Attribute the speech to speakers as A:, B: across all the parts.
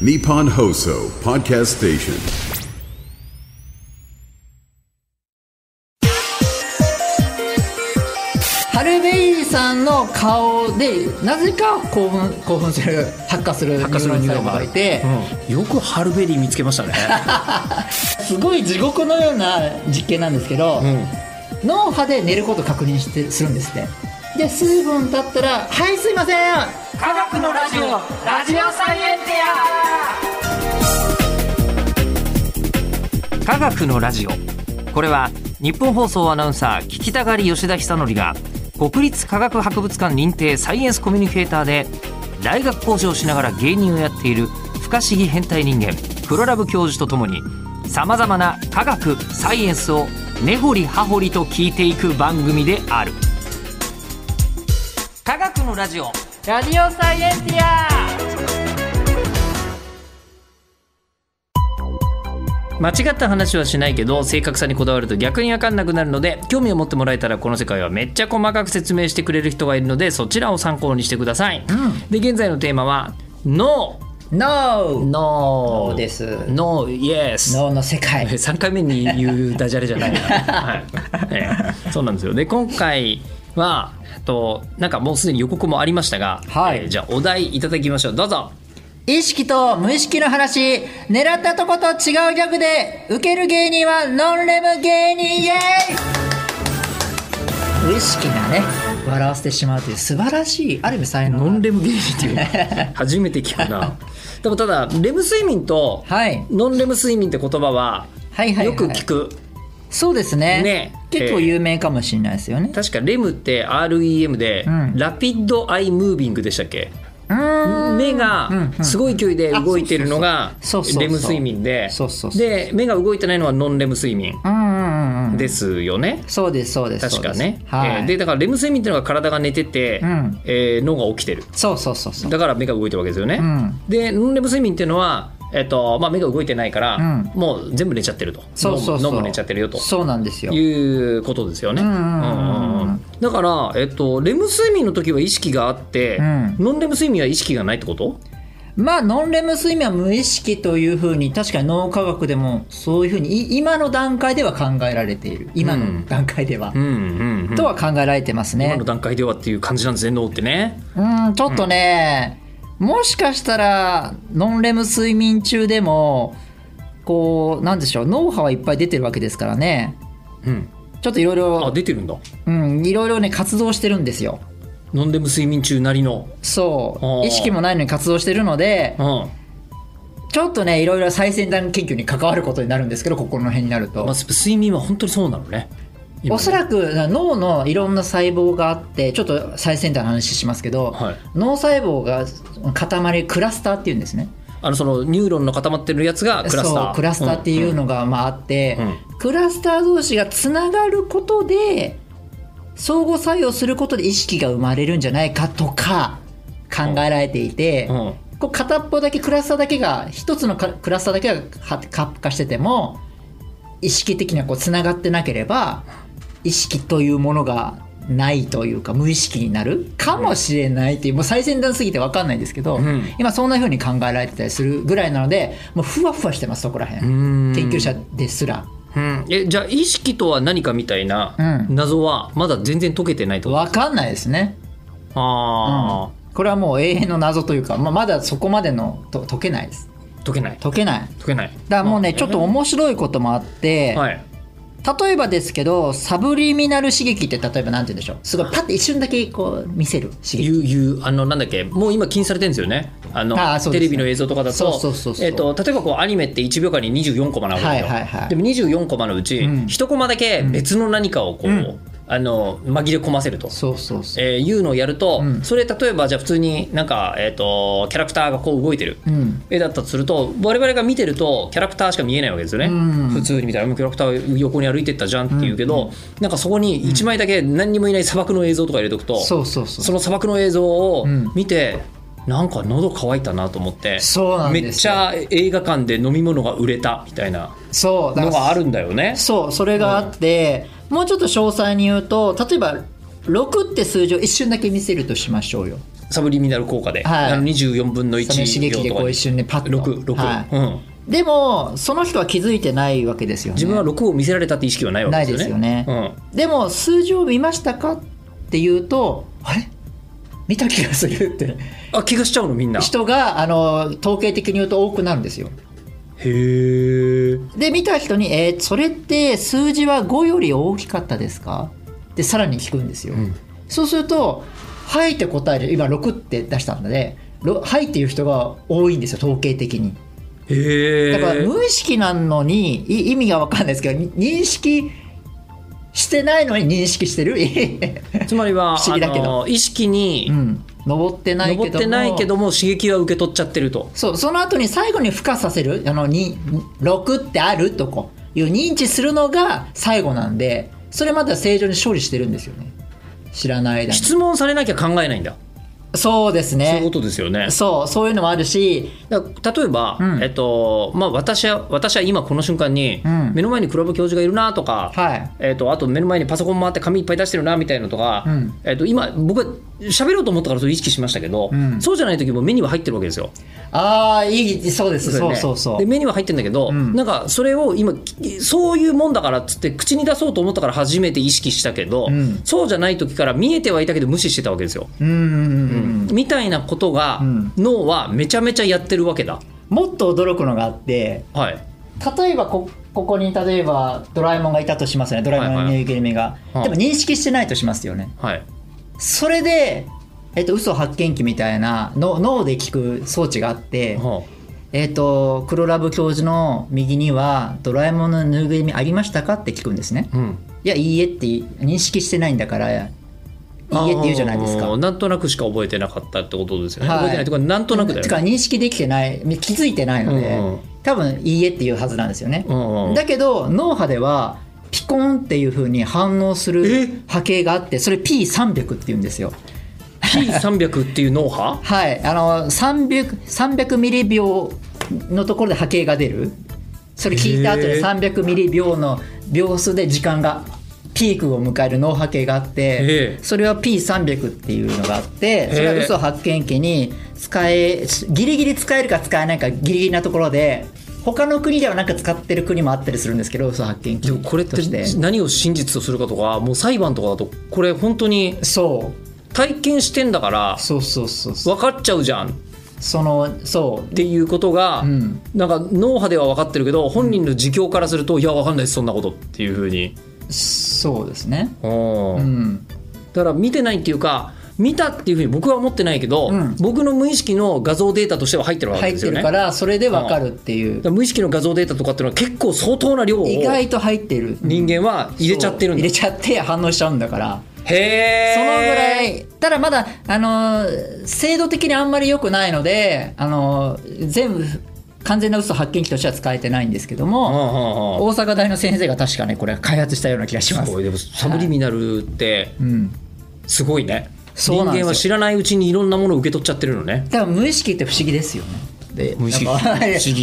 A: Nippon Hoso Podcast Station.
B: ハルベイさんの顔でなぜか興奮興奮する発火する
C: 発火する
B: ニ
C: ニ
B: ュ
C: ュ
B: ーロン
C: ーロン
B: が
C: が
B: いて、
C: よくハルベリー見つけましたね
B: すごい地獄のような実験なんですけど、脳波で寝ることを確認してするんですねで数分経ったら「はいすいません科学のラジオラジオサイエンテ
C: 科学のラジオこれは日本放送アナウンサー聞きたがり吉田久典が国立科学博物館認定サイエンスコミュニケーターで大学講師をしながら芸人をやっている不可思議変態人間黒ラブ教授とともにさまざまな科学サイエンスを根掘り葉掘りと聞いていく番組である科学のラジオ
B: ィア」ラジオサイエンティア
C: 間違った話はしないけど正確さにこだわると逆に分かんなくなるので興味を持ってもらえたらこの世界はめっちゃ細かく説明してくれる人がいるのでそちらを参考にしてください、で現在のテーマは「NO」「
B: NO!
C: NO」
B: NO です
C: 「NO」「Yes」
B: 脳の世 界
C: 3回目に言うダジャレじゃない な、はいええそうなんですよで今回はえっとなんかもうすでに予告もありましたが、
B: はい
C: えーじゃあお題いただきましょうどうぞ
B: 意識と無意識の話狙ったとこと違うギャグで受ける芸人はノンレム芸人イエーイ無意識なね笑わせてしまうという素晴らしいある意味才能
C: ノンレム芸人っていうの初めて聞く なでもただレム睡眠と
B: はい
C: ノンレム睡眠って言葉は
B: はいはいはい
C: よく聞く、
B: そうですね
C: ね
B: 結構有名かもしれないですよね、
C: 確かレムって REM で、
B: ん
C: ラピッドアイムービングでしたっけ
B: うーん
C: 目がすごい勢いで動いてるのが
B: そうそうそう
C: レム睡眠で
B: そうそうそう
C: で目が動いてないのはノンレム睡眠
B: うんうんうんうん
C: ですよね、
B: そうですそうです
C: 確
B: そ
C: か
B: う
C: ね
B: ですはい、
C: えーでだからレム睡眠っていうのが体が寝てて、
B: ん
C: えー脳が起きてる
B: そうそうそうそう
C: だから目が動いてるわけですよね。
B: ん
C: でノンレム睡眠っていうのは、えっとまあ、目が動いてないから、
B: ん
C: もう全部寝ちゃってると
B: そうそうそ
C: 脳
B: う
C: も脳も寝ちゃってるよと
B: そうなんですよ
C: いうことですよね。うん
B: うんうんうん
C: んうんだから、えっと、レム睡眠の時は意識があって、
B: ん
C: ノンレム睡眠は意識がないってこと
B: まあノンレム睡眠は無意識というふうに確かに脳科学でもそういうふうにい今の段階では考えられている今
C: う
B: の
C: ん
B: 段階では、
C: うんうんうん
B: とは考えられてます
C: 今
B: ね
C: の段階ではっていう感じなんですね脳ってね。
B: うんちょっとね、もしかしたらノンレム睡眠中でもこうなんでしょう脳波はいっぱい出てるわけですからね
C: うん、
B: ちょっといろい
C: あ
B: ろ
C: 出てるんだ
B: うんいろいろね活動してるんですよ
C: ノンレム睡眠中なりの。
B: そ
C: あ
B: う
C: ー
B: 意識もないのに活動してるので
C: うん
B: ちょっとねいろいろ最先端研究に関わることになるんですけどここの辺になると
C: まあ、睡眠は本当にそうなのね。
B: おそ
C: ら
B: らく脳のいろんな細胞があってちょっと最先端の話しますけど、
C: はい
B: 脳細胞が塊クラスターっていうんですね
C: あのそのニューロンの固まってるやつがクラスター。
B: そうクラスターってい
C: ん
B: うのがまああって、
C: う
B: クラスター同士がつながることで相互作用することで意識が生まれるんじゃないかとか考えられていて、
C: うんうん
B: こう片っぽだけクラスターだけが一つのかクラスターだけがは活化してても意識的なこうつながってなければ意識というものがないというか無意識になるかもしれないというもう最先端すぎて分かんないですけど、
C: ん
B: 今そんな風に考えられてたりするぐらいなのでもうふわふわしてますそこら辺
C: ん
B: 研究者ですら
C: うん、えじゃあ意識とは何かみたいな
B: うん
C: 謎はまだ全然解けてないってこと、
B: 分かんないですね、
C: あ
B: これはもう永遠の謎というか、まあ、まだそこまでのと解けないです
C: あ解けない
B: 解けない
C: 解けない
B: だからもうね
C: ん
B: ちょっと面白いこともあって、
C: はい
B: 例えばですけどサブリミナル刺激って例えばなんて言うんでしょうすごいパッて一瞬だけこう見せる刺激
C: 言う言うあのなんだっけもう今禁止されてるんですよねあの
B: あーそうで
C: テ
B: すね
C: レビの映像とかだと
B: そうそうそうそう
C: えっと例えばこうアニメって1秒間に24コマなわけですよ、
B: はいはいはい
C: でも24コマのうち、
B: ん
C: 1コマだけ別の何かをこう、あの紛れ込ませると
B: そうそうそう
C: えー、いうのをやると、
B: ん
C: それ例えばじゃあ普通になんか、えー、とキャラクターがこう動いてる、
B: うん
C: 絵だったとすると我々が見てるとキャラクターしか見えないわけですよね、
B: ん
C: 普通に見たらもうキャラクター横に歩いてったじゃんっていうけど、なんかそこに1枚だけ何にもいない砂漠の映像とか入れとくと、
B: そうそうそう
C: その砂漠の映像を
B: ん
C: 見て、なんか喉乾いたなと思って
B: そうなんですよ
C: めっちゃ映画館で飲み物が売れたみたいな
B: そうだか
C: の
B: ら
C: があるんだよね。
B: そうそれがあって、もうちょっと詳細に言うと例えば6って数字を一瞬だけ見せるとしましょうよ
C: サブリミナル効果で、
B: はい
C: あの24分の1
B: その刺激でこう一瞬でパッと
C: 6、6、
B: はい
C: うん、
B: でもその人は気づいてないわけですよね
C: 自分は6を見せられたって意識はないわけですよね。
B: ないでも数字を見ましたかっていうとあれ見た気がするって
C: うん、あ気がしちゃうのみんな。へ
B: 人があの統計的に言うと多くなるんですよ
C: え。
B: で見た人に「えーそれって数字は5より大きかったですか?」でさらに聞くんですよ、そうすると「はい」って答える今6って出したので「ろはい」っていう人が多いんですよ統計的に
C: へえ。
B: だから無意識なのにい意味が分かんないですけどに認識してないのに認識してる
C: つまりは
B: 不思議だけど
C: あの意識に
B: うん登ってないけども
C: 登ってないけども刺激は受け取っちゃってると。
B: そうその後に最後に付加させるあのに6ってあるとこういう認知するのが最後なんでそれまでは正常に処理してるんですよね知らない間に
C: 質問されなきゃ考えないんだ。
B: そうです
C: そういう
B: ね
C: ことですよね。
B: そうそういうのもあるし
C: だから例えば、
B: うん
C: えっとまあ、私は私は今この瞬間に、
B: うん
C: 目の前にクラブ教授がいるなとか、
B: はい
C: えっと、あと目の前にパソコンもあって紙いっぱい出してるなみたいなのとか、
B: うん
C: えっと、今僕は喋ろうと思ったからそれ意識しましたけど、
B: うん
C: そうじゃない時も目には入ってるわけですよ。
B: ああいいそうです
C: よ
B: そう
C: ね
B: そうそう
C: で目には入ってるんだけど、
B: ん
C: なんかそれを今きそういうもんだからっつって口に出そうと思ったから初めて意識したけど、
B: ん
C: そうじゃない時から見えてはいたけど無視してたわけですよ。
B: うんうんうん
C: みたいなことが、
B: ん
C: 脳はめちゃめちゃやってるわけだ。
B: もっと驚くのがあって
C: はい
B: 例えばこここに例えばドラえもんがいたとしますよねドラえもんのぬいぐるみが、
C: はいはい
B: でも認識してないとしますよね
C: はい
B: それで、えっと、嘘発見器みたいなの脳で聞く装置があって、
C: は
B: えっと、黒ラブ教授の右には「ドラえもんのぬいぐるみありましたか?」って聞くんですね
C: あ。うん
B: いやいいえって認識してないんだからいいえって言うじゃないです
C: あー
B: か。
C: なんとなくしか覚えてなかったってことですよね。
B: はい
C: 覚えてないとかなんとなくだ
B: てか
C: よね。
B: 認識できてない気づいてないので、
C: うんうん
B: 多分いいえって言うはずなんですよね。
C: うんうん
B: だけど脳波ではピコンっていう風に反応する
C: え
B: 波形があってそれ P300 って言うんですよ。
C: P300 っていう脳波
B: はい、あの300 300ミリ秒のところで波形が出るそれ聞いた後
C: へ
B: で
C: ー
B: 300ミリ秒の秒数で時間がピークを迎える脳波形があって
C: へー
B: それは P300 っていうのがあってそれは嘘発見器に使えギリギリ使えるか使えないかギリギリなところで他の国ではなんか使ってる国もあったりするんですけど嘘発見器
C: でもこれっ
B: として
C: て何を真実とするかとかもう裁判とかだとこれ本当に
B: そう
C: 体験してんだから
B: そうそうそうそう
C: 分かっちゃうじゃんっ
B: そのそう
C: ていうことが、
B: ん
C: なんか脳波では分かってるけど本人の自供からすると、いや分かんないですそんなことっていうふうに、
B: そうですね
C: うん
B: うん
C: だから見てないっていうか見たっていうふうに僕は思ってないけど、
B: ん
C: 僕の無意識の画像データとしては入ってるわけ
B: 入
C: で
B: っ
C: す
B: て
C: よね。
B: るからそれでわかるってい
C: だ
B: う
C: から無意識の画像データとかっていうのは結構相当な量を
B: 意
C: 人
B: 外と入ってる
C: 間は入れちゃってるん
B: 入
C: だ
B: れちゃって反応しちゃうんだから
C: へえ
B: そのぐらいただまだあのー制度的にあんまり良くないのであのー全部完全な嘘発見器としては使えてないんですけど
C: うん
B: も
C: うんうん
B: 大阪大の先生が確かねこれ開発したような気がします
C: すごいでもサブリミナルって
B: うん
C: すごいね、
B: そうなんですよ
C: 人間は知らないうちにいろんなものを受け取っちゃってるのね
B: だから無意識って不思議ですよねで
C: 無意識
B: やっぱ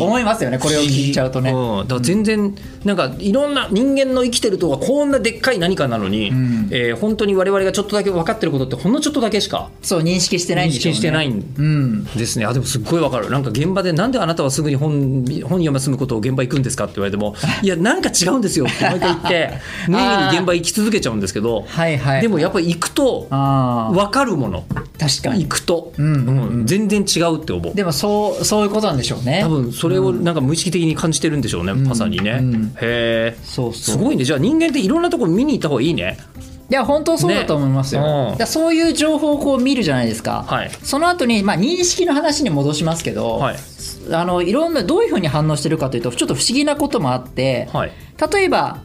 B: 思いますよねこれを聞いちゃうとね
C: 不思議うんだから全然なんかいろんな人間の生きてるとはこんなでっかい何かなのに、えー本当に我々がちょっとだけ分かってることってほんのちょっとだけしか
B: そう認識してない
C: 認
B: んでしょう
C: 識
B: ね
C: してないん
B: うん
C: ですねあでもすっごいわかるなんか現場でなんであなたはすぐに本本読まむことを現場行くんですかって言われ てもいやなんか違うんですよって毎回言って無理に現場行き続けちゃうんですけど、
B: はいはい
C: でもやっぱり行くと
B: あ
C: 分かるもの
B: あ確かに
C: 行くと、
B: んうん
C: うん全然違うって思う
B: でもそうそういうことなんでしょうね
C: 多分それをなんか無意識的に感じてるんでしょうね、まさにね、
B: うん
C: へえ
B: そうそう
C: すごいねじゃあ人間っていろんなとこ見に行った方がいいね
B: いや本当そうだと思いますよ、
C: ねうん
B: だからそういう情報をこう見るじゃないですか、
C: はい
B: その後にまあ、認識の話に戻しますけど、
C: はい
B: あのいろんなどういうふうに反応してるかというとちょっと不思議なこともあって、
C: はい
B: 例えば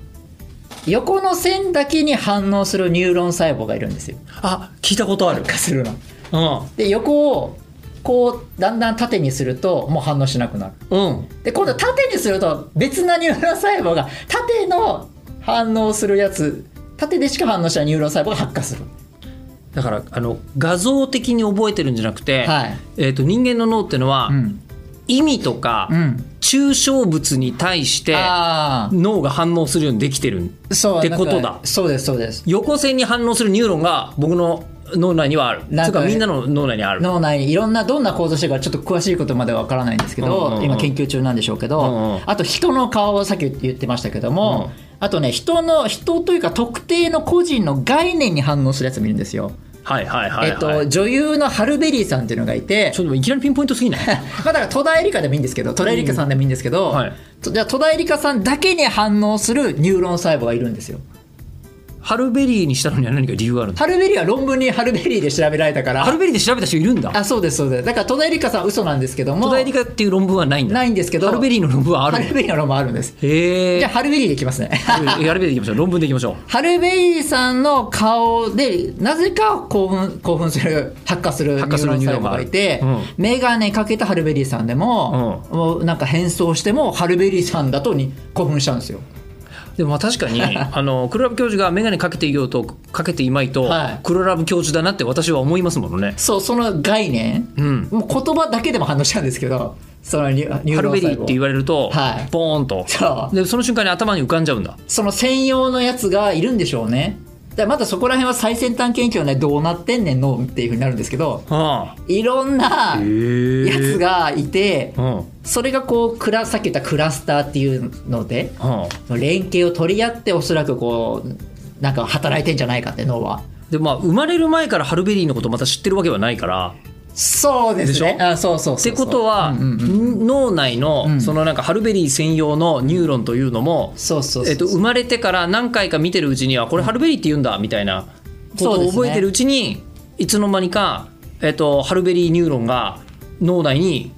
B: 横の線だけに反応するニューロン細胞がいるんですよ。
C: あ聞いたことある、
B: するの
C: うん
B: で横をこうだんだん縦にするともう反応しなくなる。
C: うん、
B: で今度縦にすると別なニューロン細胞が縦の反応するやつ縦でしか反応しないニューロン細胞が発火する。
C: だからあの画像的に覚えてるんじゃなくて、
B: はい
C: えー、と人間の脳ってのは、
B: ん
C: 意味とか、
B: ん
C: 抽象物に対して
B: あ
C: 脳が反応するようにできてる
B: あそう
C: ってこ
B: な
C: とだ
B: んかそうですそうです
C: 横線に反応するニューロンが僕の脳内にはある。
B: なん
C: つう
B: か
C: かみんなの脳内にある。
B: 脳内にいろんなどんな構造してるかちょっと詳しいことまではわからないんですけど、
C: うんうんうん
B: 今研究中なんでしょうけど、
C: うんうん
B: あと人の顔をさっき言ってましたけども、あとね人の人というか特定の個人の概念に反応するやつもいるんですよ、
C: はいはいはい、はい。
B: えっと、女優のハルベリーさんっていうのがいて
C: ちょっといきなりピンポイントすぎない
B: まあだから戸田恵梨香でもいいんですけど戸田恵梨香さんでもいいんですけど、
C: うんはい
B: とじゃあ戸田恵梨香さんだけに反応するニューロン細胞がいるんですよ
C: ハルベリーにしたのには何か理由があるの
B: ハルベリーは論文にハルベリーで調べられたか
C: ハル
B: ら
C: ベリーで調べた人いるんだ。
B: あそうですそうですだから戸田恵梨香さんは嘘なんですけども
C: 戸田恵梨香っていう論文はないんだ。
B: ないんですけど
C: ハルベリーの論文はある
B: ハ
C: の
B: ルベリーの論文あるんです
C: へえ。
B: じゃあハルベリーでいきますね
C: ハルベリーでいきましょう。論文でいきましょう。
B: ハルベリーさんの顔でなぜか興奮興奮する発火するニュ
C: 発火
B: ー
C: す
B: ロ
C: る
B: ン
C: ニュー
B: 細胞
C: ロンがあ
B: が
C: る
B: いて、
C: う
B: メガネかけたハルベリーさんでも,、もうなんか変装してもハルベリーさんだとに興奮しちゃうんですよ
C: でもまあ確かにあの黒ラブ教授が眼鏡かけていようとかけていまいと、
B: はい
C: 黒ラブ教授だなって私は思いますものね。
B: そうその概念、
C: ん
B: もう言葉だけでも反応しちゃうんですけどそのニュニュー
C: ハル
B: ロン
C: ベリ
B: 細
C: ーって
B: 胞
C: 言われると、
B: はい
C: ボーンと
B: そう
C: でその瞬間に頭に浮かんじゃうんだ
B: その専用のやつがいるんでしょうねだからまだそこら辺は最先端研究はねどうなってんねんのっていうふうになるんですけど
C: ああ
B: いろんな
C: え
B: やつがいて、
C: うん
B: それがこうクラさっき言ったクラスターっていうので
C: うん
B: 連携を取り合っておそらくこうなんか働いてんじゃないかって脳は
C: でまあ生まれる前からハルベリーのことまた知ってるわけはないから
B: そうですね
C: でしょ
B: あそうそう
C: っ
B: そう
C: てことは、脳内の、そのなんかハルベリー専用のニューロンというのも、
B: そうそうそう
C: えっと、生まれてから何回か見てるうちにはこれハルベリーって言うんだみたいなこ
B: そう
C: と
B: で
C: を
B: すね
C: 覚えてるうちに、いつの間にか、えっと、ハルベリーニューロンが脳内に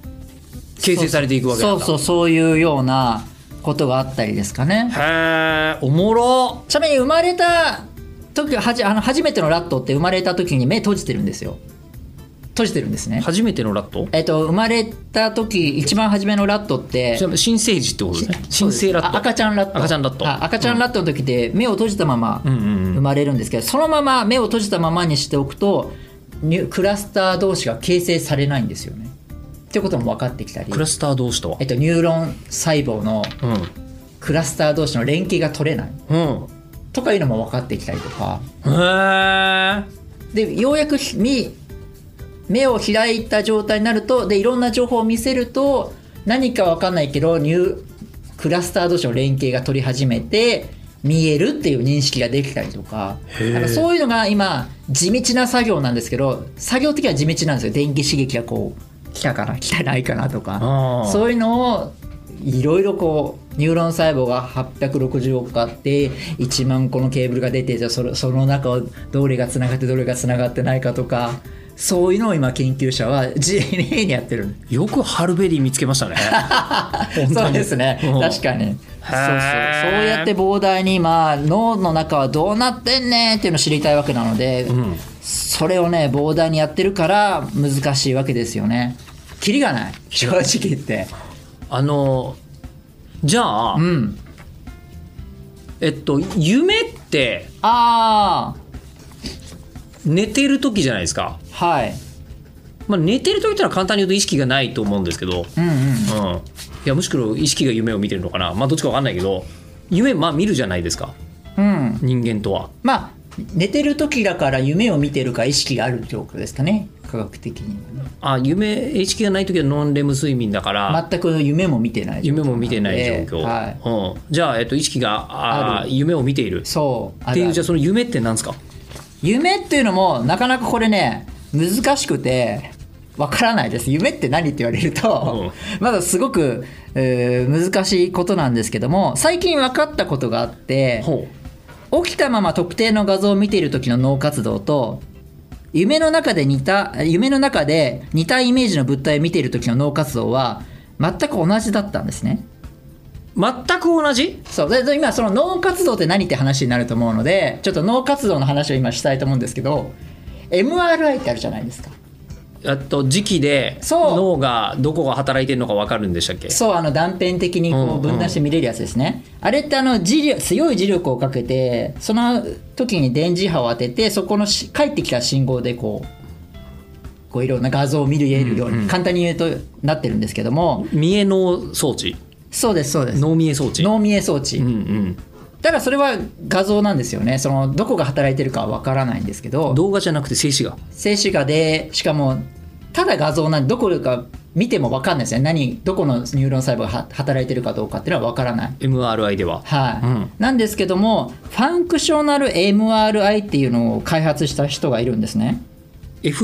C: 形成されていくわけな
B: そ
C: ん
B: う
C: だ
B: そうそういうようなことがあったりですかね
C: へえおもろ
B: ちなみに生まれた時はじあの初めてのラットって生まれた時に目閉じてるんですよ閉じてるんですね
C: 初めてのラット
B: えっと生まれた時一番初めのラットって
C: ちなみに新生児ってことね新生ラッ
B: あ
C: ト
B: 赤ちゃんラット
C: 赤ちゃんラット
B: あ赤ちゃんラットの時って目を閉じたまま生まれるんですけど、そのまま目を閉じたままにしておくとニュクラスター同士が形成されないんですよねっていうことも分かってきたり
C: クラスター同士とは
B: えっと、ニューロン細胞の
C: う
B: クラスター同士の連携が取れない
C: んうん
B: とかいうのも分かってきたりとか
C: へえ
B: でようやくひみ目を開いた状態になるとでいろんな情報を見せると何か分かんないけどニュークラスター同士の連携が取り始めて見えるっていう認識ができたりとかなんかそういうのが今地道な作業なんですけど作業的には地道なんですよ電気刺激がこう来たかな来てないかなと
C: あ
B: か
C: ー
B: そういうのをいろいろこうニューロン細胞が860億個あって1万個のケーブルが出てじゃあそれその中をどれがつながってどれがつながってないかとかそういうのを今研究者は地味にやってる
C: よくハルベリー見つけましたね
B: そうですね、
C: うん
B: 確かにそうそうそう
C: ー
B: やって膨大に今脳の中はどうなってんねんっていうのを知りたいわけなので、それをね膨大にやってるから難しいわけですよねキリがない正直言って
C: あのじゃあ、
B: うん
C: えっと夢って
B: あ
C: 寝てる時じゃないですか、
B: あはい
C: まあ、寝てる時ってのは簡単に言うと意識がないと思うんですけど、
B: うんうん
C: うんいやむしろ意識が夢を見てるのかなまあどっちかわかんないけど夢まあ見るじゃないですか
B: うん
C: 人間とは
B: まあ寝てる時だから夢を見てるか意識がある状況ですかね科学的にはね
C: あ夢意識がない時はノンレム睡眠だから、
B: 全く夢も見てない状況
C: 夢も見てない状況、
B: はい
C: うん、じゃあ、えっと、意識があ
B: あ
C: あ
B: る
C: 夢を見ているっ
B: そうあ
C: て
B: るあ
C: いう
B: る
C: じゃあその夢って何ですか
B: 夢っていうのもなかなかこれね難しくてわからないです夢って何って言われると、まだすごく、えー難しいことなんですけども最近分かったことがあって
C: ほ
B: 起きたまま特定の画像を見ている時の脳活動と夢の中で似た夢の中で似たイメージの物体を見ている時の脳活動は全く同じだったんですね。
C: う全く同じ
B: そうでで今その脳活動って何って話になると思うのでちょっと脳活動の話を今したいと思うんですけど MRI ってあるじゃないですか
C: えっと時期で
B: そう
C: 脳がどこが働いてるのか分かるんでしたっけ
B: そうあの断片的に
C: うん
B: こ
C: う
B: うん分断して見れるやつですね、あれってあの磁力強い磁力をかけてその時に電磁波を当ててそこのし帰ってきた信号でこうこういろんな画像を見るように簡単に言うとなってるんですけども、
C: 見え脳装置
B: そうですそうです
C: 脳見え装置
B: 脳見え装置、
C: うんうん
B: ただそれは画像なんですよねそのどこが働いてるかはわからないんですけど
C: 動画じゃなくて静止画
B: 静止画でしかもただ画像なんでどこか見てもわかんないですね何どこのニューロン細胞がは働いてるかどうかっていうのはわからない
C: MRI では
B: はい、
C: うん
B: なんですけどもファンクショナル MRI っていうのを開発した人がいるんですね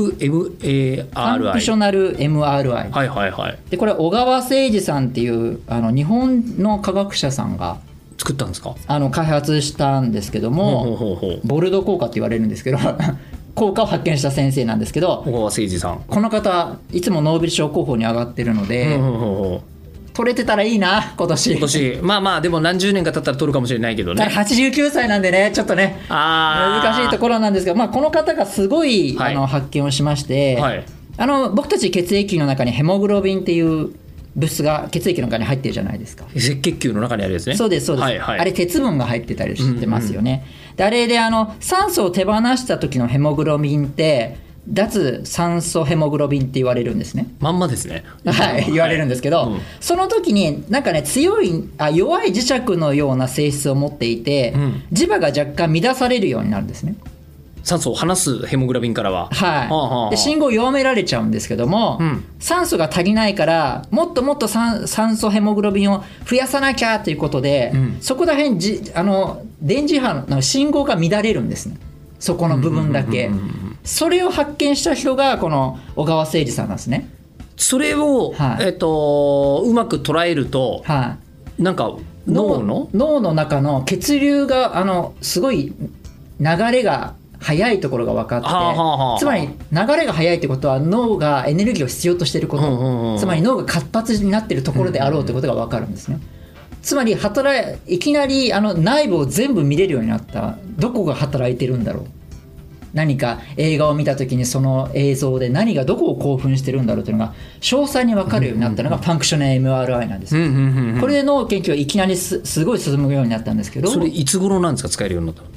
B: フ
C: FMRI
B: ァンクショナル MRI
C: はいはいはい
B: でこれ小川誠二さんっていうあの日本の科学者さんが
C: 作ったんですか
B: あの開発したんですけども、
C: ほうほうほう
B: ボルド効果って言われるんですけど 効果を発見した先生なんですけど
C: 小川誠二さん
B: この方いつもノーベル賞候補に上がってるので、
C: ほうほうほう
B: 取れてたらいいな今年
C: 今年まあまあでも何十年か経ったら取るかもしれないけど
B: ただ
C: ね
B: 89歳なんでねちょっとね
C: あー
B: 難しいところなんですけど、まあ、この方がすごい、
C: はい
B: あの発見をしまして、
C: はい
B: あの僕たち血液の中にヘモグロビンっていう物質が血液の中に入ってるじゃないですか。
C: 赤血球の中にあるやつね
B: そうですそうです、
C: はいはい
B: あれ鉄分が入ってたりしてますよね、であれであの酸素を手放した時のヘモグロビンって脱酸素ヘモグロビンって言われるんですね
C: まんまですね
B: はい、言われるんですけど、
C: うん
B: その時になんかね強いあ弱い磁石のような性質を持っていて、
C: ん
B: 磁場が若干乱されるようになるんですね、
C: 酸素を離すヘモグロビンからは
B: はい
C: ああああ
B: で信号を弱められちゃうんですけども、
C: ん
B: 酸素が足りないからもっともっと酸酸素ヘモグロビンを増やさなきゃということで、そこら辺じあの電磁波の信号が乱れるんですねそこの部分だけ、それを発見した人がこの小川誠二さんなんですね
C: それを、
B: はい
C: えっとうまく捉えると
B: はい
C: なんか脳の
B: 脳の中の血流があのすごい流れが速いところが分かって、
C: はあはあはあ
B: つまり流れが速いってことは脳がエネルギーを必要としていること、
C: うんうんうん
B: つまり脳が活発になっているところであろうということが分かるんですね。つまり働いいきなりあの内部を全部見れるようになったどこが働いてるんだろう何か映画を見た時にその映像で何がどこを興奮してるんだろうというのが詳細に分かるようになったのがファンクショナル MRI なんですよ
C: うんうんうんうん
B: これで脳研究がいきなりすすごい進むようになったんですけど
C: それいつ頃なんですか使えるようになったの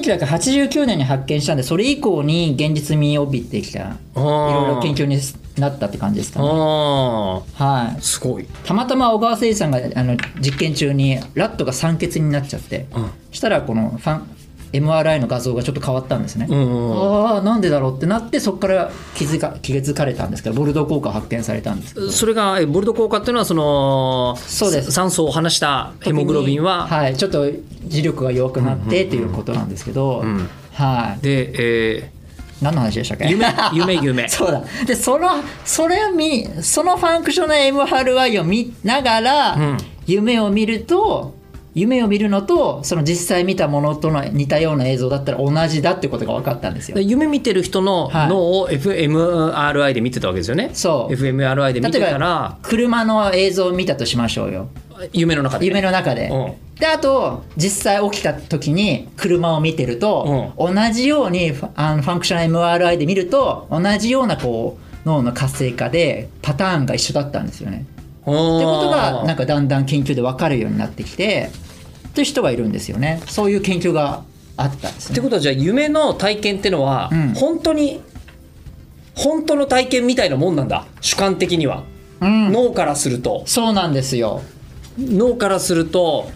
B: 1989年に発見したんでそれ以降に現実味を帯びてきたい
C: ー
B: ろいろ研究になったって感じですかね。
C: あ
B: は
C: あすごい
B: い、たまたま小川誠二さんがあの実験中にラットが酸欠になっちゃって、
C: ん
B: したらこのファン MRI の画像がちょっと変わったんですね、
C: うんうんうん
B: ああなんでだろうってなってそこから気づか気づかれたんですけどボルドー効果発見されたんですけど
C: それがえボルト効果っていうのはその
B: そうです
C: 酸素を離したヘモグロビンは、
B: い、ちょっと磁力が弱くなってっていうことなんですけど、
C: ん
B: はい
C: で、え
B: 何の話でしたっけ
C: ー、夢夢 夢
B: そうだでそのそれを見そのファンクショナル MRI を見ながら、
C: うん
B: 夢を見ると夢を見るのとその実際見たものとの似たような映像だったら同じだってことが分かったんですよ
C: で夢見てる人の
B: はい
C: 脳を FMRI で見てたわけですよね、
B: そう
C: FMRI で見て
B: 例え
C: た
B: ば
C: ら
B: 車の映像を見たとしましょうよ
C: 夢の中で、
B: 夢の中で、
C: う
B: であと実際起きた時に車を見てると、同じようにファあのファンクショナル MRI で見ると同じようなこう脳の活性化でパターンが一緒だったんですよね。
C: ってこ
B: ってことがなんかだんだん研究で分かるようになってきてという人がいるんですよねそういう研究があったんです
C: っ
B: ね。
C: てことはじゃあ夢の体験ってのは
B: ん
C: 本当に、本当の体験みたいなもんなんだ主観的には、脳からすると
B: そうなんですよ
C: 脳からすると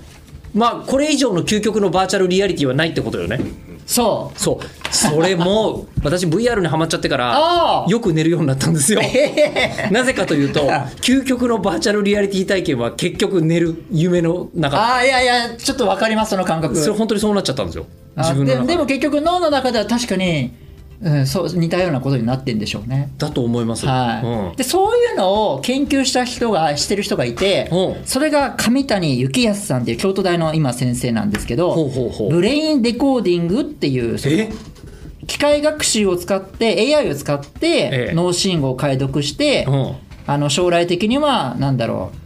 C: まあこれ以上の究極のバーチャルリアリティはないってことよね
B: そ
C: そうそれ も私 VR にはまっちゃってか
B: あ
C: ら
B: ー
C: よく寝るようになった んですよ
B: う
C: なぜかというと究極のバーチャルリアリティ体験は結局寝る夢の中
B: ああいやいやちょっと分かりますその感覚
C: それ本当にそうなっちゃったんですよ自分の
B: あでで
C: 中
B: も
C: で
B: 結局脳の中では確かに、うん、そう似たようなことになってんでしょうね
C: だと思います、
B: はい
C: うん
B: でそういうのを研究した人がしてる人がいて、
C: うん
B: それが上谷幸康さんっていう京都大の今先生なんですけど
C: ほうほうほう
B: ブレインデコーディングっていうその
C: え
B: 機械学習を使って AI を使っ
C: え
B: て
C: え
B: 脳信号を解読して、
C: うん
B: あの将来的には何だろう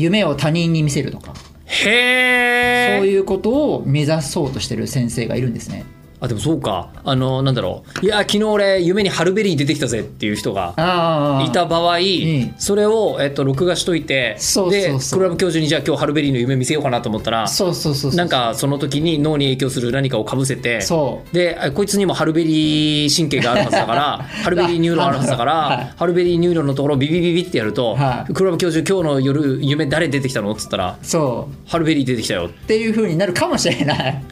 B: 夢を他人に見せるとか
C: へえ
B: そういうことを目指そうとしてる先生がいるんですね。
C: あでもそうかあのなんだろういや昨日俺夢にハルベリー出てきたぜっていう人が
B: あー
C: いた場合、
B: ん
C: それを、えっと、録画しといて
B: そうそうそう
C: でクラブ教授にじゃあ今日ハルベリーの夢見せようかなと思ったら
B: そうそうそうそう
C: なんかその時に脳に影響する何かをかぶせて
B: そう
C: であこいつにもハルベリー神経があるはずだから ハルベリーニューロンあるはずだから、
B: はい
C: ハルベリーニューロンのところをビビビビってやると「
B: はい
C: クラブ教授今日の夜夢誰出てきたの?」っつったら
B: そう
C: 「ハルベリー出てきた
B: っ
C: よ」
B: ていう風になるかもしれない。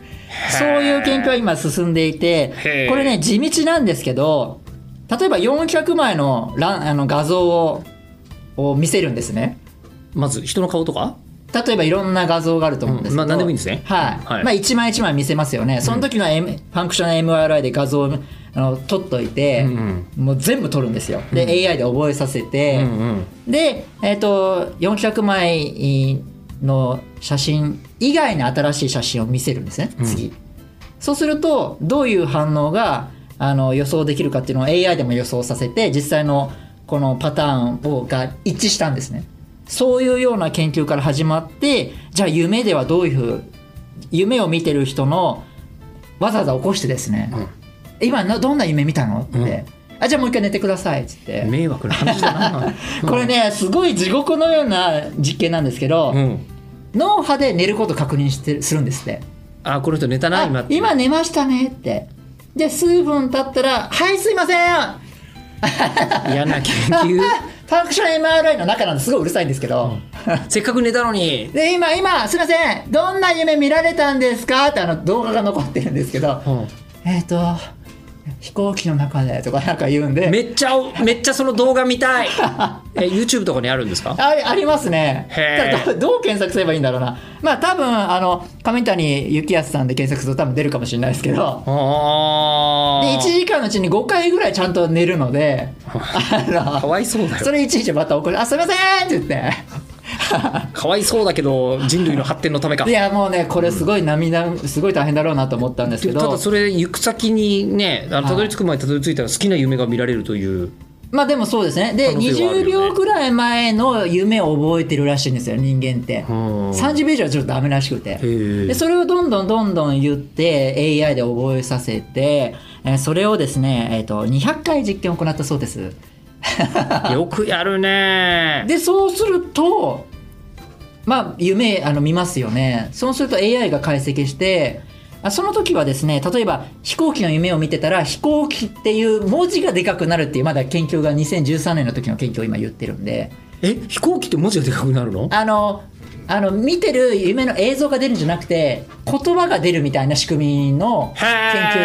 B: そういう研究は今進んでい
C: へ
B: て
C: ー、
B: これね、地道なんですけど、例えば400枚のランあの画像をを見せるんですね。
C: まず人の顔とか
B: 例えばいろんな画像があると思うんですけど、
C: うんまあ何でもいいんですね
B: はい。
C: はい
B: まあ一枚一枚見せますよね。その時の、M ファンクショナル MRI で画像をあの撮っといて、もう全部撮るんですよ。で、AI で覚えさせて、で、えっ、と、400枚の写真以外の新しい写真を見せるんですね、次。そうすると、どういう反応があの予想できるかっていうのを AI でも予想させて、実際のこのパターンをが一致したんですね。そういうような研究から始まって、じゃあ夢ではどういうふう、夢を見てる人のわざわざ起こしてですね、今などんな夢見たのって、あ、じゃあもう一回寝てくださいっつって。
C: 迷惑な話だ な
B: これね、すごい地獄のような実験なんですけど、
C: うん
B: 脳波で寝ることを確認してするんですって。
C: あこの人寝たな今
B: あ今寝ましたねってで数分経ったら「はいすいません!あ」
C: 嫌な研 究
B: ファンクション MRI の中なんですごいうるさいんですけど、
C: せっかく寝たのに
B: で今今すいませんどんな夢見られたんですかってあの動画が残ってるんですけど、えっ、と飛行機の中でとかなんか言うんで
C: めっちゃめっちゃその動画見 たいえ YouTube とかにあるんですか
B: あありますね
C: へー
B: ただどどう検索すればいいんだろうなまあ多分あの上谷幸康さんで検索すると多分出るかもしれないですけど
C: あ
B: で1
C: ー
B: 時間のうちに5回ぐらいちゃんと寝るの であの
C: かわいそうだよ
B: それいちいちまた怒る「あすいません!」って言っ
C: かわいそうだけど人類の発展のためか
B: ていやもうねこれすごい涙、すごい大変だろうなと思ったんですけ
C: でた
B: ど
C: だそれ行く先にねあの
B: い
C: たどり着く前にたどり着いたら好きな夢が見られるという
B: まあでもそうですねで
C: 可能性はあるよ
B: 20
C: ね
B: 秒ぐらい前の夢を覚えてるらしいんですよ人間って
C: ん
B: 30秒以上はちょっとダメらしくて
C: へえ
B: でそれをどんどんどんどん言って AI で覚えさせてえーそれをですね、えー、と200回実験を行ったそうです
C: よくやるね
B: でそうするとまあ夢あの見ますよねそうすると AI が解析してあその時はですね例えば飛行機の夢を見てたら飛行機っていう文字がでかくなるっていうまだ研究が2013年の時の研究を今言ってるんで
C: え飛行機って文字がでかくなるの
B: あのあの見てる夢の映像が出るんじゃなくて言葉が出るみたいな仕組みの研究だった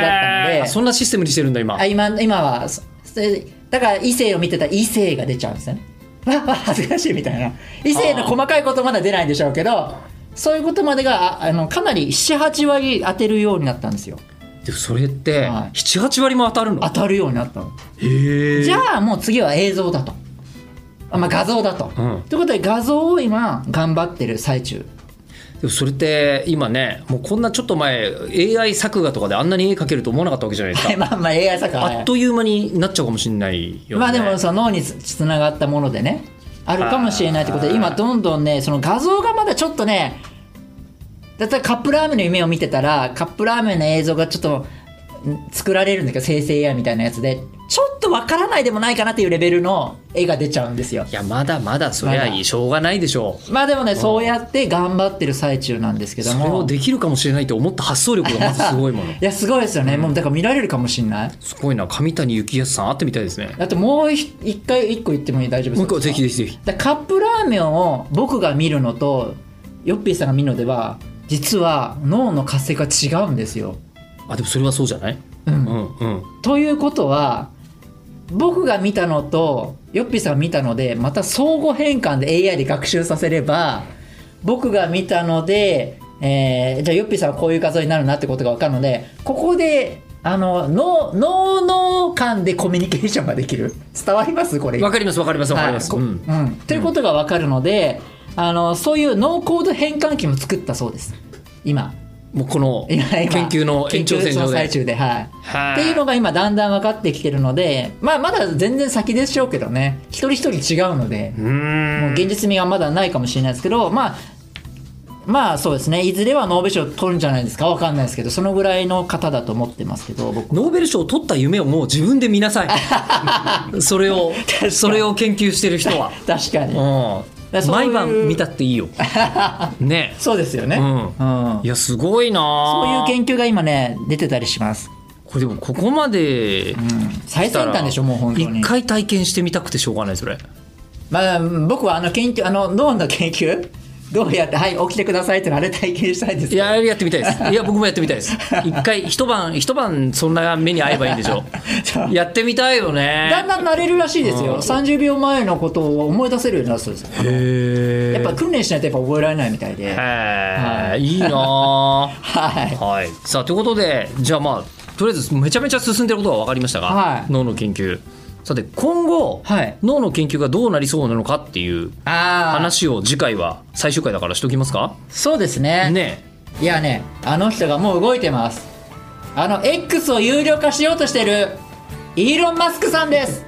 B: の
C: へー
B: で
C: そんなシステムにしてるんだ今
B: あ今今はそそれだから異性を見てたら異性が出ちゃうんですよねわわ恥ずかしいみたいな異性の細かいことまだ出ないんでしょうけどそういうことまでがああのかなり78割当てるようになったんですよ
C: でもそれって
B: はい
C: 78割も当たるの
B: 当たるようになったの
C: へえ
B: じゃあもう次は映像だとあまあ画像だと、
C: うん
B: ということで画像を今頑張ってる最中
C: でもそれって今ねもうこんなちょっと前 AI 作画とかであんなに絵描けると思わなかったわけじゃないですか
B: まあまあ AI 作家はね
C: あっという間になっちゃうかもしれないよね
B: まあでもその脳につつながったものでねあるかもしれないってこと
C: あ
B: で
C: ー
B: 今どんどんねその画像がまだちょっとねだったらカップラーメンの夢を見てたらカップラーメンの映像がちょっとん作られるんだけど生成 AI みたいなやつでちょっとわからないでもないかなっていうレベルの絵が出ちゃうんですよ
C: いやまだまだそりゃ
B: ま
C: いい
B: だ
C: しょうがないでしょう
B: まあでもねそうやって頑張ってる最中なんですけど
C: それ
B: も
C: をできるかもしれないって思った発想力がまずすご いもの
B: いやすごいですよね、もうだから見られるかもしれない
C: すごいな上谷幸康さん会ってみたいですね
B: あともう一一回一個言ってもいい大丈夫です
C: もう
B: か
C: 一個ぜひぜひぜひ
B: だからカップラーメンを僕が見るのとヨッピーさんが見るのでは実は脳の活性が違うんですよ。
C: あでもそれはそうじゃないうんうん
B: ということは僕が見たのとヨッピーさんが見たのでまた相互変換で AI で学習させれば僕が見たので、えーじゃあヨッピーさんはこういう画像になるなってことが分かるのでここであの脳脳脳間でコミュニケーションができる伝わりますこれ
C: わかりますわかりますわかります、
B: はいこ
C: うん
B: うんということが分かるので、あのそういうノーコード変換器も作ったそうです今
C: もうこの
B: い
C: 研
B: や今
C: 究の延長線
B: 研究
C: 上
B: の
C: で
B: 最中ではい
C: はい
B: っていうのが今だんだん分かってきてるので、まあ、まだ全然先でしょうけどね一人一人違うのでもう現実味がまだないかもしれないですけどまあまあそうですねいずれはノーベル賞取るんじゃないですかわかんないですけどそのぐらいの方だと思ってますけど僕
C: ノーベル賞を取った夢をもう自分で見な さいそれをそれを研究してる人は、
B: 確かに、
C: う
B: ら
C: ん、
B: そうい
C: 毎
B: う
C: 晩見たっ ていいよね
B: そうですよね、
C: うん
B: うん
C: いやすご
B: そう
C: い
B: い
C: な
B: う研究が今ね出てたりします、
C: これでもここまで
B: 最先端でしょもう本当に
C: 一回体験してみたくてしょうがないそれ
B: まあ僕はあの研究あの脳の研究 どうやってはい起きてくださいってのあれ体験したいです
C: いややってみたい ですいや僕もやってみたいです一回一晩一晩そんな目に遭えばいいんでしょ
B: そう
C: やってみたいよ
B: だん
C: ね
B: だん慣れるらしいですよ、30秒前のことを思い出せるようになるそうですよ
C: へ
B: やっぱ訓練しないとやっぱ覚えられないみたいで はい
C: えいいなあ
B: はい
C: はい、さあということでじゃあまあとりあえずめちゃめちゃ進んでることが分かりましたが、
B: はい
C: 脳の研究さて今後、
B: はい
C: 脳の研究がどうなりそうなのかっていう
B: ああ
C: 話を次回は最終回だからしときますか
B: そうですね
C: ね
B: いやねあの人がもう動いてますあの X を有料化しようとしてるイーロン・マスクさんです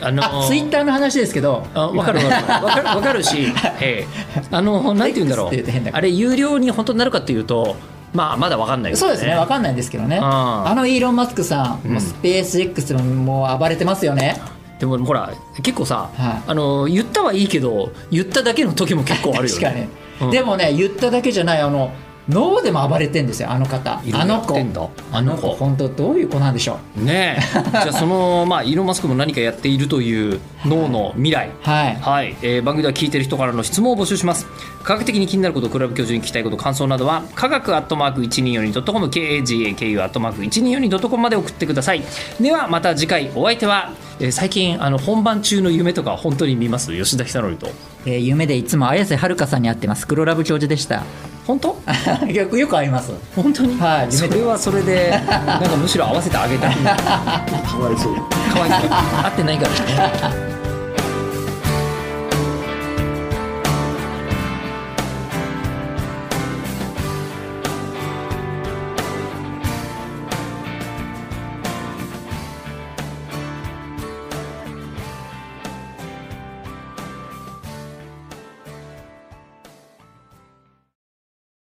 C: あの
B: あツイッターの話ですけど
C: あ分かる分かる分かる分か るし、ええあのなんて言うんだろ
B: X って言うと変だけ
C: う
B: ど
C: あれ有料に本当になるかっていうとまあまだ分かんない
B: そうですね、わかんないんですけどね。
C: あー
B: あのイーロン・マスクさん、もうスペース X ももう暴れてますよね。
C: でもほら結構さ、
B: はい
C: あの言ったはいいけど言っただけの時も結構あるよ
B: 確か
C: ね
B: に。
C: うん
B: でもね、言っただけじゃない、あの、脳でも暴れてんですよ、あの方。
C: いろ
B: あ
C: いろ
B: の
C: やって
B: 子
C: んだ。
B: あの子、
C: あの子
B: 本当どういう子なんでしょう。
C: ねえじ ゃあそのまあイーロン・マスクも何かやっているという脳の未来
B: はい。
C: はい、えー番組では聞いてる人からの質問を募集します科学的に気になることクラブ教授に聞きたいこと感想などは科学アットマーク 1242.com KAGAKU アットマーク 1242.com まで送ってくださいではまた次回お相手は、えー最近あの本番中の夢とか本当に見ます吉田久典と
B: えー夢でいつも綾瀬はるかさんに会ってます。黒ラブ教授で した。
C: 本当
B: よくよく会います。
C: 本当に、
B: はい
C: そ
B: 夢と
C: れはそれでなんかむしろ合わせてあげたいかわいそうかわいそう合ってないからね